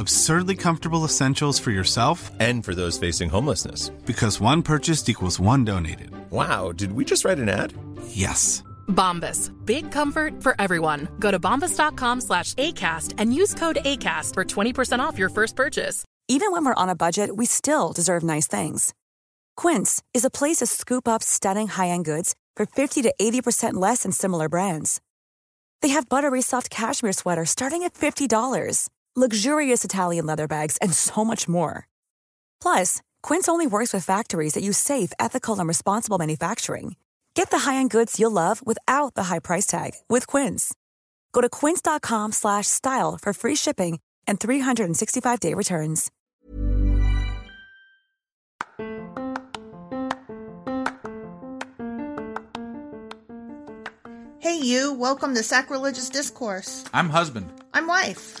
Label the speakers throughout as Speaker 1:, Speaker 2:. Speaker 1: Absurdly comfortable essentials for yourself
Speaker 2: And for those facing homelessness.
Speaker 1: because one purchased equals one donated.
Speaker 2: Wow, did we just write an ad?
Speaker 1: Yes.
Speaker 3: Bombas. Big comfort for everyone. Go to bombas.com slash ACAST and use code ACAST for 20% off your first purchase.
Speaker 4: Even when we're on a budget, we still deserve nice things. Quince is a place to scoop up stunning high end goods for 50 to 80% less than similar brands. They have buttery soft cashmere sweaters starting at $50, luxurious Italian leather bags, and so much more. Plus, Quince only works with factories that use safe, ethical, and responsible manufacturing. Get the high-end goods you'll love without the high price tag with Quince. Go to quince.com/style slash style for free shipping and 365-day returns.
Speaker 5: Hey, you, welcome to Sacrilegious Discourse.
Speaker 6: I'm husband,
Speaker 5: I'm Wife,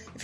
Speaker 5: If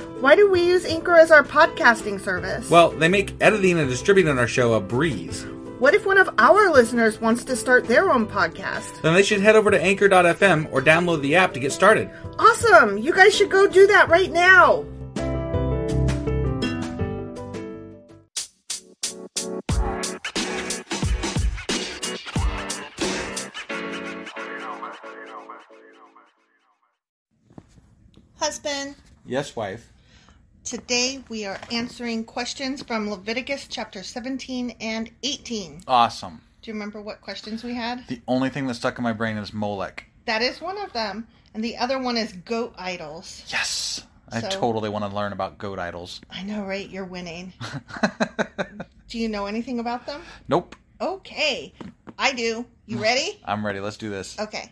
Speaker 5: Why do we use Anchor as our podcasting service?
Speaker 6: Well, they make editing and distributing our show a breeze.
Speaker 5: what if one of our listeners wants to start their own podcast?
Speaker 6: Then they should head over to anchor.fm or download the app to get started.
Speaker 5: Awesome! You guys should go do that right now! Husband,
Speaker 6: Yes, wife.
Speaker 5: today we are answering questions from Leviticus chapter 17 and 18.
Speaker 6: Awesome.
Speaker 5: Do you remember what questions we had?
Speaker 6: The only thing that stuck in my brain is Molech.
Speaker 5: That is one of them, and the other one is goat idols.
Speaker 6: Yes! I
Speaker 5: So-
Speaker 6: totally want to learn about goat idols.
Speaker 5: I know, right? You're winning. do you know anything about them?
Speaker 6: Nope.
Speaker 5: Okay, I do. You ready?
Speaker 6: I'm ready. Let's do this.
Speaker 5: Okay.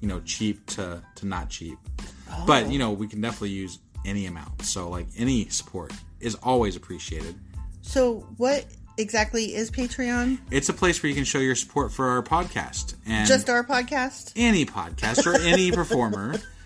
Speaker 6: you know cheap to to not cheap. But you know we can definitely use any amount, so like any support is always appreciated.
Speaker 5: So, what exactly is Patreon?
Speaker 6: It's a place where you can show your support for our podcast and
Speaker 5: Just our podcast?
Speaker 6: any podcast or any performer.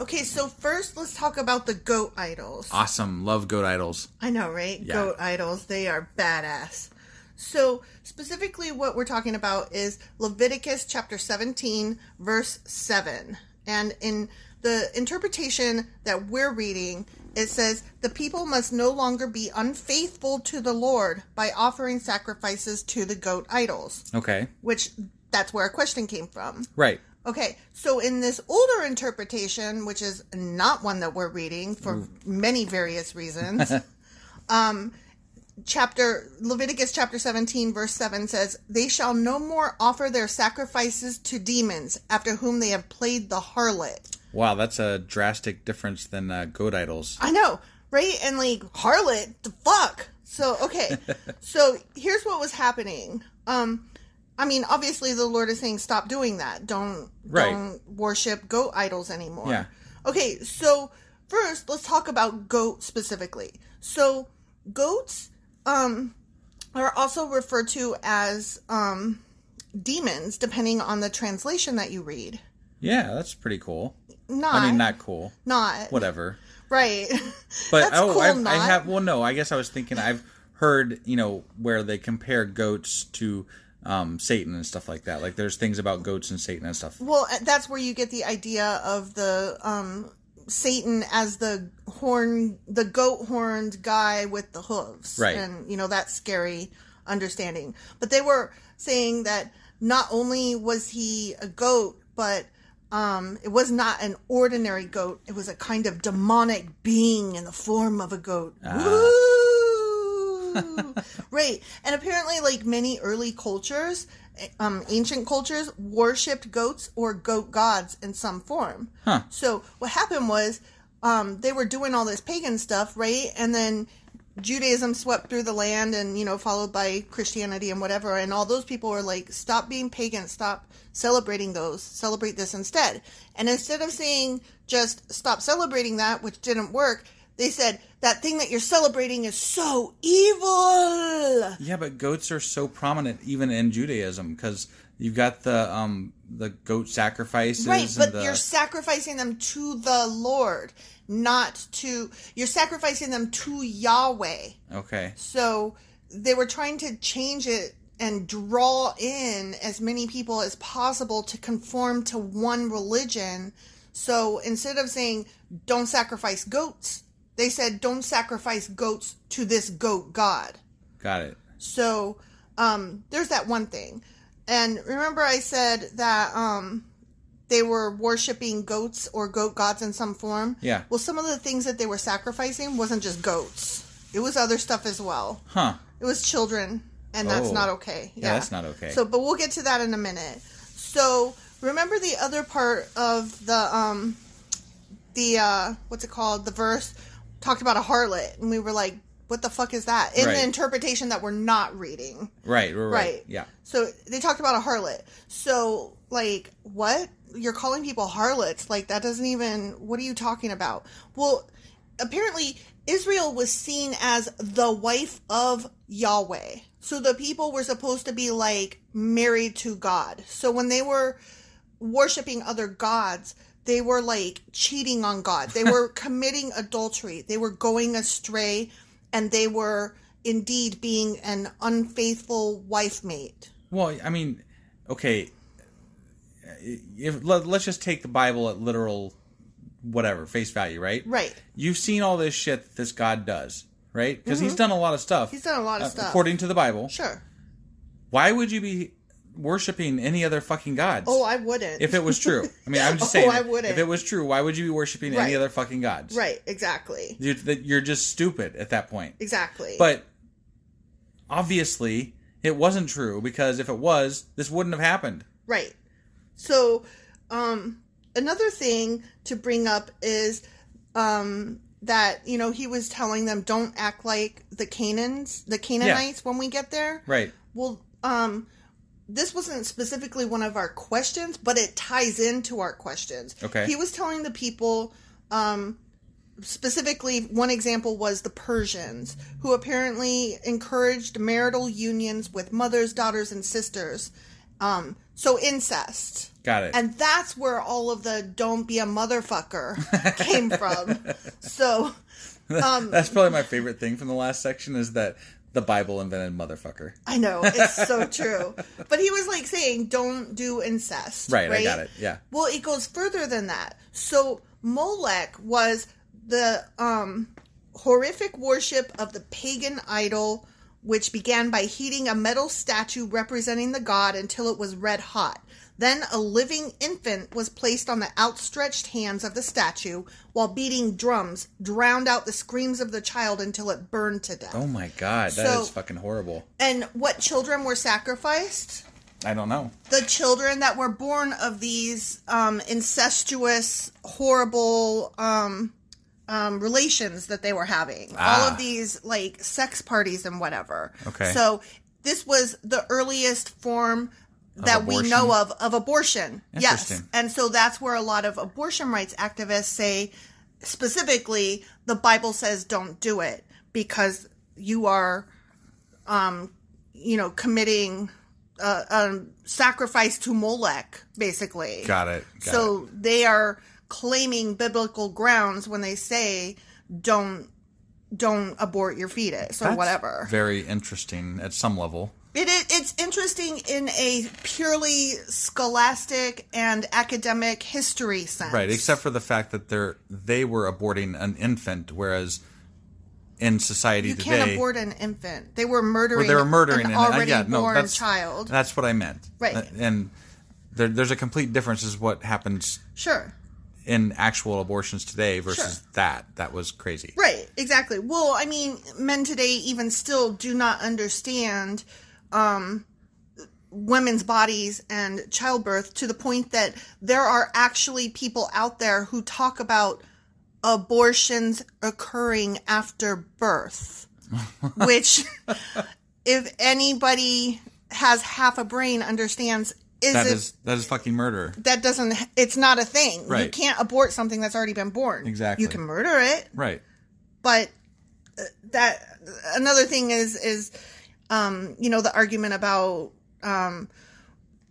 Speaker 5: Okay, so first let's talk about the goat idols.
Speaker 6: Awesome. Love goat idols.
Speaker 5: I know, right?
Speaker 6: Yeah.
Speaker 5: Goat idols, they are badass. So, specifically, what we're talking about is Leviticus chapter 17, verse 7. And in the interpretation that we're reading, it says, The people must no longer be unfaithful to the Lord by offering sacrifices to the goat idols,
Speaker 6: Okay.
Speaker 5: which that's where our question came from.
Speaker 6: Right.
Speaker 5: Okay, so in this older interpretation, which is not one that we're reading for many various reasons, um, chapter Leviticus chapter 17 verse 7 says, "They shall no more offer their sacrifices to demons after whom they have played the harlot."
Speaker 6: Wow, that's a drastic difference than uh, goat idols.
Speaker 5: I know, right? And like harlot, the fuck. So okay, so here's what was happening. Um, I mean, obviously the Lord is saying, "Stop doing that. Don't
Speaker 6: Right.
Speaker 5: don't worship goat idols anymore."
Speaker 6: Yeah.
Speaker 5: Okay, so first let's talk about goat specifically. So goats um, are also referred to as um, demons, depending on the translation that you read.
Speaker 6: Yeah, that's pretty cool.
Speaker 5: Not,
Speaker 6: I mean, not cool.
Speaker 5: not
Speaker 6: Whatever.
Speaker 5: right.
Speaker 6: But
Speaker 5: That's
Speaker 6: oh,
Speaker 5: cool,
Speaker 6: I've, I
Speaker 5: not.
Speaker 6: have. Well, no, I guess I was thinking I've heard you know where they compare goats to um, Satan and stuff like that. Like there's things about goats and Satan and stuff.
Speaker 5: Well, uh, that's where you get the idea of the um, Satan as the horn, the goat horned guy with the hooves,
Speaker 6: Right.
Speaker 5: And you know that scary understanding. But they were saying that not only was he a goat, but um, it was not an ordinary goat. It was a kind of demonic being in the form of a goat. Woo! right. And apparently, like many early cultures, um, ancient cultures, worshipped goats or goat gods in some form. So what happened was um, they were doing all this pagan stuff, right? And then Judaism swept through the land and, you know, followed by Christianity and whatever. And all those people were like, stop being pagan, stop celebrating those, celebrate this instead. And instead of saying just stop celebrating that, which didn't work, they said, that thing that you're celebrating is so evil.
Speaker 6: Yeah, but goats are so prominent even in Judaism because you've got the um the goat sacrifices.
Speaker 5: Right, but
Speaker 6: and the,
Speaker 5: you're sacrificing them to the Lord, not to, you're sacrificing them to Yahweh.
Speaker 6: okay.
Speaker 5: So they were trying to change it and draw in as many people as possible to conform to one religion. So instead of saying, don't sacrifice goats, they said, don't sacrifice goats to this goat god.
Speaker 6: Got it.
Speaker 5: So um, there's that one thing. And remember, I said that um, they were worshiping goats or goat gods in some form?
Speaker 6: Yeah.
Speaker 5: Well, some of the things that they were sacrificing wasn't just goats, it was other stuff as well.
Speaker 6: Huh.
Speaker 5: It was children, and that's
Speaker 6: Oh.
Speaker 5: not okay.
Speaker 6: Yeah, that's not okay.
Speaker 5: So, but we'll get to that in a minute. So, remember the other part of the um, the uh, what's it called? The verse talked about a harlot, and we were like, "What the fuck is that?" In
Speaker 6: Right.
Speaker 5: the interpretation that we're not reading,
Speaker 6: Right. Right.
Speaker 5: right?
Speaker 6: right. Yeah.
Speaker 5: So they talked about a harlot. So, like, what you're calling people harlots? Like, that doesn't even. What are you talking about? Well, apparently Israel was seen as the wife of Yahweh. So the people were supposed to be like married to God. So when they were worshiping other gods, they were like cheating on God. They were committing adultery. They were going astray and they were indeed being an unfaithful wife mate.
Speaker 6: Well, I mean, okay, if let, let's just take the Bible at literal whatever face value, right?
Speaker 5: Right.
Speaker 6: You've seen all this shit that this God does, right? Because he's done a lot of stuff.
Speaker 5: Mm-hmm. He's done a lot of
Speaker 6: uh,
Speaker 5: stuff.
Speaker 6: according to the Bible.
Speaker 5: Sure.
Speaker 6: Why would you be worshiping any other fucking gods?
Speaker 5: Oh, I wouldn't.
Speaker 6: if it was true, I mean, I'm just
Speaker 5: Oh,
Speaker 6: saying.
Speaker 5: I wouldn't.
Speaker 6: If it was true, why would you be worshiping any
Speaker 5: Right.
Speaker 6: other fucking gods?
Speaker 5: right, exactly,
Speaker 6: You're, that- you're just stupid at that point.
Speaker 5: exactly.
Speaker 6: But obviously, it wasn't true because if it was, this wouldn't have happened.
Speaker 5: Right. So, um, another thing to bring up is um, that you know he was telling them, "Don't act like the Canaans, the Canaanites, when we get there."
Speaker 6: Right.
Speaker 5: Well, um, this wasn't specifically one of our questions, but it ties into our questions.
Speaker 6: Okay.
Speaker 5: He was telling the people, um, specifically, one example was the Persians, who apparently encouraged marital unions with mothers, daughters, and sisters. Um, so incest.
Speaker 6: Got it.
Speaker 5: And that's where all of the don't be a motherfucker came from. So, um,
Speaker 6: That's probably my favorite thing from the last section is that the Bible invented motherfucker.
Speaker 5: I know it's so true, but he was like saying, "Don't do incest."
Speaker 6: Right, I got it, yeah.
Speaker 5: Well, it goes further than that. So Molech was the um, horrific worship of the pagan idol, which began by heating a metal statue representing the god until it was red hot. Then a living infant was placed on the outstretched hands of the statue, while beating drums drowned out the screams of the child until it burned to death.
Speaker 6: Oh my god, that is
Speaker 5: So-
Speaker 6: fucking horrible.
Speaker 5: And what children were sacrificed?
Speaker 6: I don't know.
Speaker 5: The children that were born of these um, incestuous, horrible um, um, relations that they were having. All of these, like, sex parties and whatever.
Speaker 6: Ah. Okay.
Speaker 5: So this was the earliest form that we
Speaker 6: abortion?
Speaker 5: know of of abortion. Yes.
Speaker 6: Interesting.
Speaker 5: And so that's where a lot of abortion rights activists say specifically the Bible says don't do it because you are you know, committing uh, um, sacrifice to Molech, basically.
Speaker 1: Got it. Got it.
Speaker 5: so they are claiming biblical grounds when they say don't don't abort your fetus or whatever.
Speaker 6: Very interesting at some level.
Speaker 5: It, it it's interesting in a purely scholastic and academic history sense.
Speaker 6: Right, except for the fact that they're they were aborting an infant, whereas in society
Speaker 5: you
Speaker 6: today
Speaker 5: can't abort an infant. They were murdering.
Speaker 6: where they were murdering
Speaker 5: an
Speaker 6: and
Speaker 5: already
Speaker 6: yeah, no,
Speaker 5: born
Speaker 6: that's,
Speaker 5: child.
Speaker 6: That's what I meant.
Speaker 5: Right.
Speaker 6: Uh, And there, there's a complete difference is what happens
Speaker 5: sure.
Speaker 6: in actual abortions today versus that. That was crazy.
Speaker 5: Right, exactly. Well, I mean, men today even still do not understand um, women's bodies and childbirth to the point that there are actually people out there who talk about abortions occurring after birth, which, if anybody has half a brain, understands is
Speaker 6: That
Speaker 5: it,
Speaker 6: is that is fucking murder.
Speaker 5: that doesn't it's not a thing. You
Speaker 6: Right.
Speaker 5: can't abort something that's already been born.
Speaker 6: Exactly.
Speaker 5: You can murder it
Speaker 6: Right.
Speaker 5: but uh, that another thing is is um you know the argument about um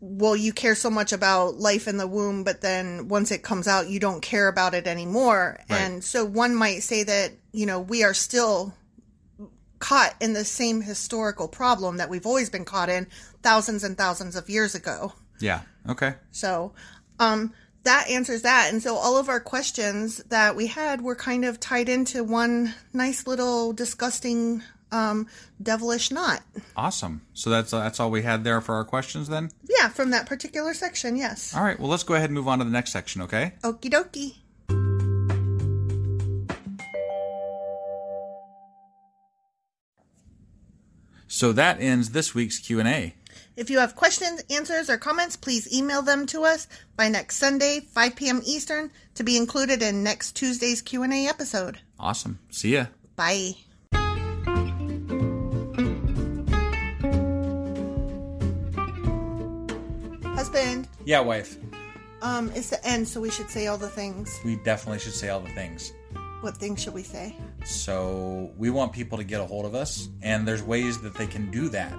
Speaker 5: well you care so much about life in the womb but then once it comes out you don't care about it anymore
Speaker 6: Right.
Speaker 5: and so one might say that you know we are still caught in the same historical problem that we've always been caught in thousands and thousands of years ago
Speaker 6: Yeah. Okay.
Speaker 5: so, um, that answers that. And so all of our questions that we had were kind of tied into one nice little disgusting, um, devilish knot.
Speaker 6: Awesome. So that's that's all we had there for our questions then.
Speaker 5: Yeah, from that particular section. Yes.
Speaker 6: All right. Well, let's go ahead and move on to the next section, okay?
Speaker 5: Okie dokie.
Speaker 6: So that ends this week's Q&A.
Speaker 5: If you have questions, answers, or comments, please email them to us by next Sunday, 5 p.m. Eastern, to be included in next Tuesday's Q&A episode.
Speaker 6: Awesome. See ya.
Speaker 5: Bye. Husband,
Speaker 6: Yeah, wife.
Speaker 5: um, it's the end, so we should say all the things.
Speaker 6: We definitely should say all the things.
Speaker 5: What things should we say?
Speaker 6: So we want people to get a hold of us, and there's ways that they can do that.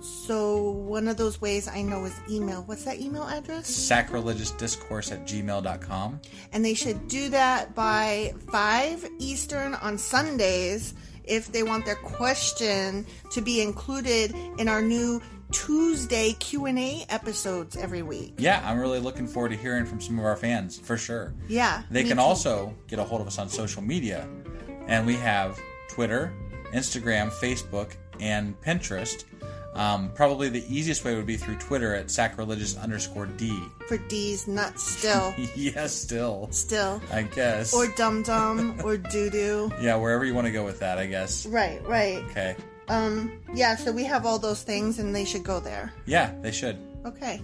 Speaker 5: So one of those ways I know is email. What's that email address?
Speaker 6: sacrilegiousdiscourse at gmail.com.
Speaker 5: And they should do that by five Eastern on Sundays if they want their question to be included in our new Tuesday Q&A episodes every week.
Speaker 6: Yeah, I'm really looking forward to hearing from some of our fans for sure.
Speaker 5: Yeah.
Speaker 6: They
Speaker 5: me
Speaker 6: can
Speaker 5: too.
Speaker 6: also get a hold of us on social media, and we have Twitter, Instagram, Facebook, and Pinterest. Um, probably the easiest way would be through Twitter at sacrilegious underscore D.
Speaker 5: for D's nuts still
Speaker 6: yes, still,
Speaker 5: still
Speaker 6: I guess.
Speaker 5: or dum dum or doo doo.
Speaker 6: yeah, wherever you want to go with that, I guess.
Speaker 5: Right, right.
Speaker 6: Okay.
Speaker 5: Um yeah, so we have all those things and they should go there.
Speaker 6: Yeah, they should.
Speaker 5: Okay.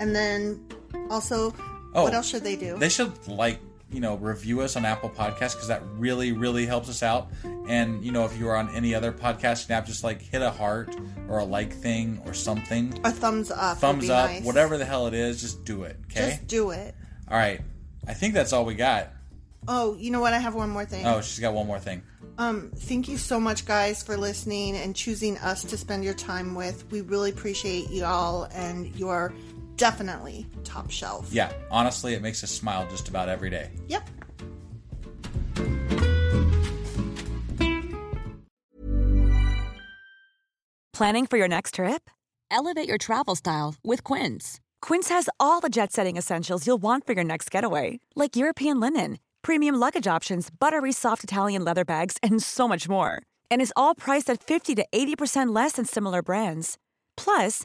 Speaker 5: And then also
Speaker 6: Oh,
Speaker 5: what else should they do?
Speaker 6: They should like you know review us on Apple Podcasts because that really really helps us out. And you know if you are on any other podcasting app, just like hit a heart or a like thing or something,
Speaker 5: a thumbs up. would
Speaker 6: thumbs
Speaker 5: be
Speaker 6: up,
Speaker 5: nice.
Speaker 6: whatever the hell it is, just do it. Okay.
Speaker 5: Just do it.
Speaker 6: all right. I think that's all we got.
Speaker 5: Oh, you know what? I have one more thing.
Speaker 6: Oh, she's got one more thing.
Speaker 5: Um, thank you so much, guys, for listening and choosing us to spend your time with. We really appreciate y'all, and you are definitely top shelf.
Speaker 6: Yeah, honestly, it makes us smile just about every day.
Speaker 5: Yep.
Speaker 4: Planning for your next trip?
Speaker 7: Elevate your travel style with Quince.
Speaker 4: Quince has all the jet setting essentials you'll want for your next getaway, like European linen, premium luggage options, buttery soft Italian leather bags, and so much more. And is all priced at 50 to 80% less than similar brands. Plus,